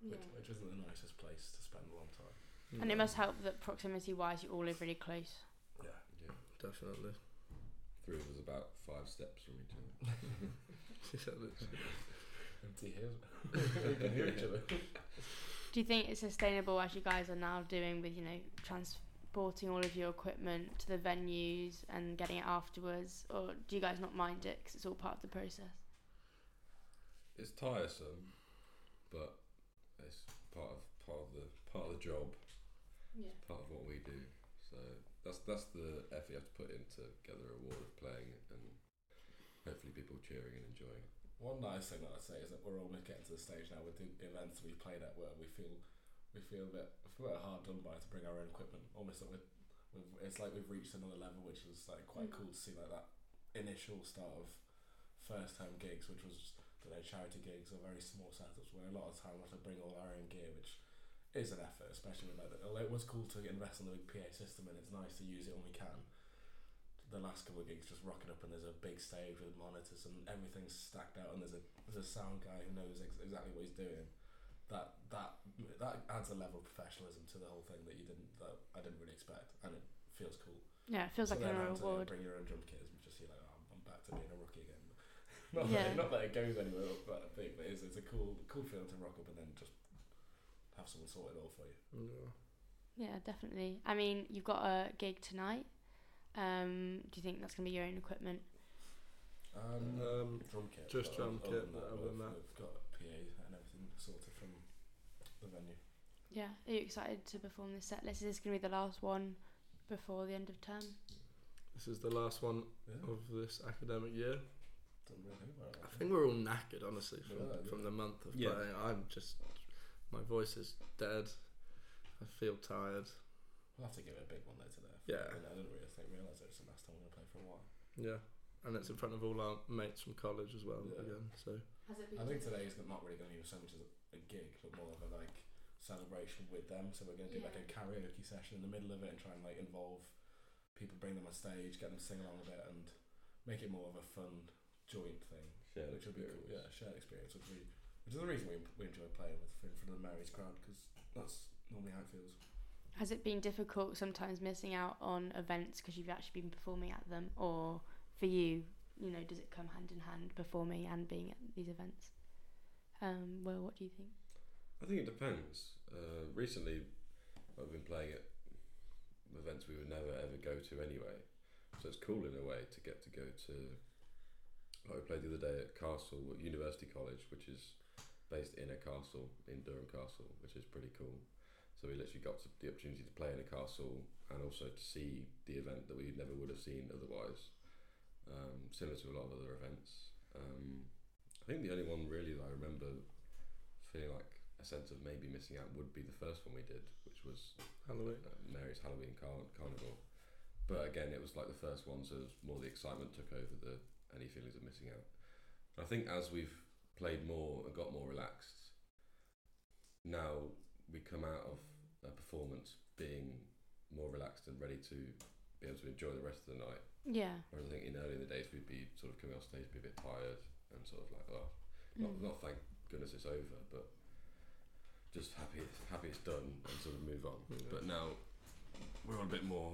S1: which, which isn't the nicest place to spend a long time.
S5: And it must help that proximity wise you all live really close.
S1: Yeah,
S4: Definitely. [LAUGHS]
S10: Three of us about five steps from each other.
S1: [LAUGHS] empty hills. [LAUGHS] we can hear each other.
S10: [LAUGHS]
S5: Do you think it's sustainable as you guys are now doing with, you know, transporting all of your equipment to the venues and getting it afterwards? Or do you guys not mind it because it's all part of the process?
S10: it's tiresome, but it's part of part of the part of the job,
S5: Yeah.
S10: part of what we do. So that's that's the effort you have to put in to get the reward of playing it and hopefully people cheering and enjoying it.
S1: One nice thing that I'd say is that we're almost getting to the stage now with the events we've played at where we feel we feel a bit, we feel a bit hard done by to bring our own equipment. Almost like we're, we've, it's like we've reached another level, which is like quite cool to see like that initial start of first time gigs, which was you know charity gigs or very small setups where a lot of the time we have to bring all our own gear, which is an effort, especially with like the, although it was cool to invest in the big PA system and it's nice to use it when we can the last couple of gigs just rocking up and there's a big stage with monitors and everything's stacked out and there's a there's a sound guy who knows ex- exactly what he's doing. That that that adds a level of professionalism to the whole thing that you didn't that I didn't really expect and it feels cool.
S5: Yeah, it feels
S1: so
S5: like
S1: then
S5: a
S1: having to
S5: reward.
S1: bring your own drum kit is just you like oh, I'm back to being a rookie again. [LAUGHS] not,
S5: Yeah.
S1: that, not that it goes anywhere, but I think it's, it's a cool cool feeling to rock up and then just have someone sort it all for you.
S4: Yeah.
S5: Yeah, definitely. I mean, you've got a gig tonight. Um, do you think that's going to be your own equipment?
S1: Um,
S4: Um,
S1: drum kit.
S4: just
S1: but
S4: drum
S1: other
S4: kit,
S1: than that,
S4: other
S1: we've,
S4: than that.
S1: we've got PA and everything sorted from the venue.
S5: Yeah. Are you excited to perform this set list? Is this going to be the last one before the end of term?
S4: This is the last one
S1: Yeah,
S4: of this academic year.
S1: done really well.
S4: I think we're all knackered, honestly, from,
S1: Yeah, yeah.
S4: from the month of
S10: Yeah.
S4: playing. I'm just, my voice is dead. I feel tired.
S1: We'll have to give it a big one though today.
S4: Yeah.
S1: I didn't really think, realise it was the last time we're gonna play for a while.
S4: Yeah, and it's in front of all our mates from college as well
S1: Yeah.
S4: again. So
S5: Has it
S1: I think today is not really gonna be so much as a gig, but more of a like celebration with them. So we're gonna do like a karaoke session in the middle of it and try and like involve people, bring them on stage, get them to sing along a bit, and make it more of a fun joint thing.
S10: Shared
S1: which would be cool. Yeah,
S10: experience.
S1: shared experience, which, we, which is the reason we, we enjoy playing with in front of the Mary's crowd because that's normally how it feels.
S5: Has it been difficult sometimes missing out on events because you've actually been performing at them, or for you, you know, does it come hand in hand performing and being at these events? Um, well, what do you think?
S10: I think it depends. Uh, recently, I've been playing at events we would never ever go to anyway, so it's cool in a way to get to go to. Like we played the other day at Castle at University College, which is based in a castle in Durham Castle, which is pretty cool. So we literally got to- the opportunity to play in a castle and also to see the event that we never would have seen otherwise. Um, similar to a lot of other events. Um, I think the only one really that I remember feeling like a sense of maybe missing out would be the first one we did, which was
S4: Halloween.
S10: uh, Mary's Halloween Car- Carnival,
S1: But again, it was like the first one, so it was more the excitement took over the any feelings of missing out. I think as we've played more and got more relaxed, now we come out of a performance being more relaxed and ready to be able to enjoy the rest of the night.
S4: Yeah.
S1: Whereas I think in early in the days we'd be sort of coming off stage, be a bit tired and sort of like, oh, not,
S4: Mm.
S1: not thank goodness it's over, but just happy it's, happy it's done and sort of move on. But now we're on a bit more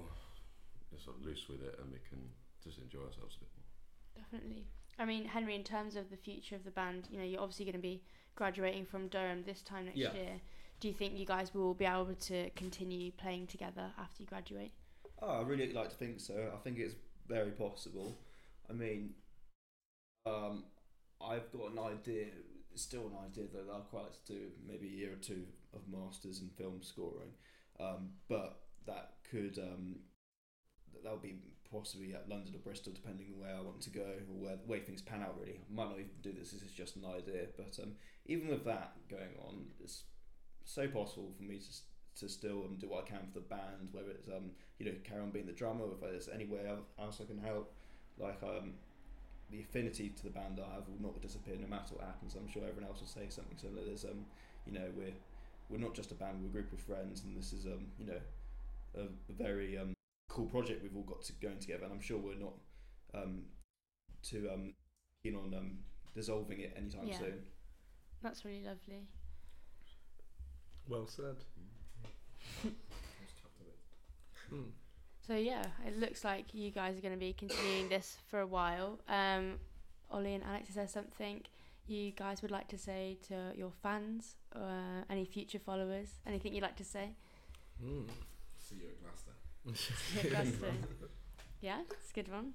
S1: just sort of loose with it and we can just enjoy ourselves a bit more.
S4: Definitely. I mean, Henry, in terms of the future of the band, you know, you're obviously going to be graduating from Durham this time next
S3: Yeah.
S4: year. Do you think you guys will be able to continue playing together after you graduate?
S3: Oh, I really like to think so. I think it's very possible. I mean, um, I've got an idea, still an idea that I'd quite like to do maybe a year or two of masters in film scoring, um, but that could um, that will be possibly at London or Bristol, depending on where I want to go or where the way things pan out. Really, I might not even do this. This is just an idea, but um, even with that going on, it's so possible for me to s- to still um, do what I can for the band, whether it's um you know carry on being the drummer, if there's any way el- else I can help, like um the affinity to the band I have will not disappear no matter what happens. I'm sure everyone else will say something similar. There's um you know we're we're not just a band, we're a group of friends, and this is um you know a, a very um cool project we've all got to going together, and I'm sure we're not um too um keen on um dissolving it anytime
S4: Yeah.
S3: soon.
S4: That's really lovely.
S5: Well said. Hmm.
S4: So yeah, it looks like you guys are going to be continuing this for a while. Um, Ollie and Alex, is there something you guys would like to say to your fans, uh, any future followers, anything you'd like to say?
S1: Mm. [LAUGHS]
S5: Hmm.
S6: See you at Glasgow.
S4: Justin. eh? yeah, it's a good one.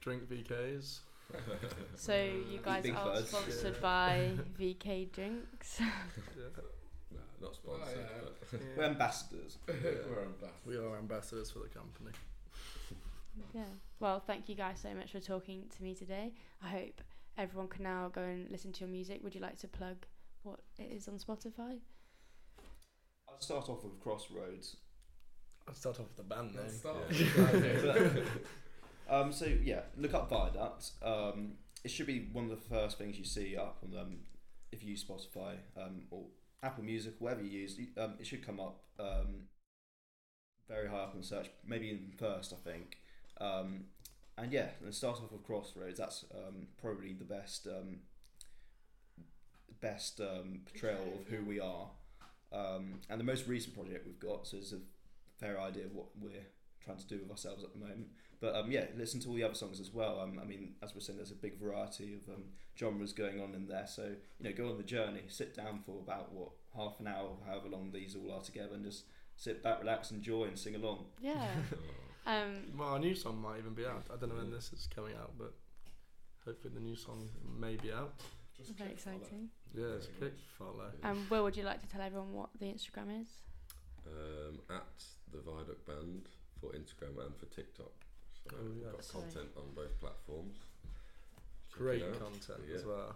S5: Drink VKs.
S4: So you guys
S3: Big
S4: are
S3: Birds.
S4: sponsored by VK Drinks. [LAUGHS]
S1: No, not sponsored,
S6: Oh, yeah.
S1: but
S6: [LAUGHS]
S5: Yeah.
S3: We're ambassadors.
S6: We're on Bath.
S5: we are ambassadors for the company.
S4: yeah. Well, thank you guys so much for talking to me today. I hope everyone can now go and listen to your music. Would you like to plug what it is on Spotify?
S3: I'll start off with Crossroads.
S5: I'll start off with the band name.
S6: Let's start.
S1: [LAUGHS]
S6: [LAUGHS]
S3: um, so yeah, look up Viaduct. Um, it should be one of the first things you see up on um, if you use Spotify um, or Apple Music, whatever you use. you- Um, it should come up um, very high up in search, maybe in first, I think. Um, and yeah, and start off with Crossroads. That's um, probably the best um, best um, portrayal of who we are. Um, and the most recent project we've got, so it's a fair idea of what we're trying to do with ourselves at the moment. But um, yeah, listen to all the other songs as well. Um, I mean, as we're saying, there's a big variety of um, genres going on in there. So you know, go on the journey. Sit down for about what half an hour, however long these all are together, and just sit back, relax, enjoy, and sing along.
S4: Yeah. [LAUGHS] um,
S5: Well, our new song might even be out. I don't know when this is coming out, but hopefully the new song may be out.
S6: Just
S4: very
S6: click follow.
S4: exciting.
S5: Yeah, it's
S6: Very
S5: click follow.
S4: Um, Will, would you like to tell everyone what the Instagram is?
S1: um, at the Viaduct Band for Instagram and for TikTok. So
S5: Oh,
S1: we've
S5: yeah.
S1: got
S4: Sorry.
S1: content on both platforms. Check it
S5: Great
S1: out.
S5: content
S1: Yeah.
S5: as well.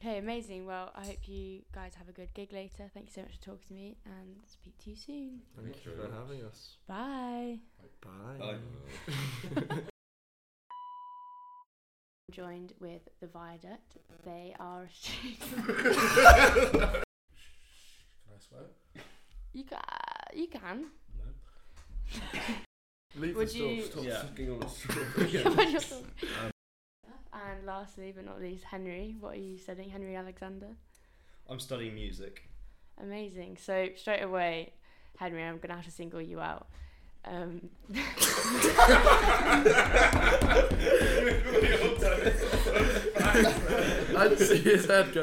S4: Okay, amazing. Well, I hope you guys have a good gig later. Thank you so much for talking to me and speak to you soon.
S5: Thank,
S1: Thank
S5: you
S1: you
S5: for
S1: very much.
S5: having us.
S4: Bye. Mm.
S5: Bye.
S1: Uh,
S4: [LAUGHS] Joined with The Viaduct. They are a
S5: [LAUGHS]
S1: Uh,
S4: [LAUGHS] student.
S6: Can I swear?
S4: You can. You can.
S6: No.
S5: Leave
S4: Would
S5: the store.
S4: you-
S6: Stop
S3: Yeah.
S6: sucking on a
S4: [LAUGHS]
S6: straw.
S4: Come on,
S5: [LAUGHS]
S4: you're so- [LAUGHS] and lastly, but not least, Henry. What are you studying, Henry Alexander?
S3: I'm studying music.
S4: Amazing. So straight away, Henry, I'm gonna have to single you out. Um, [LAUGHS]
S5: I'd see his head go.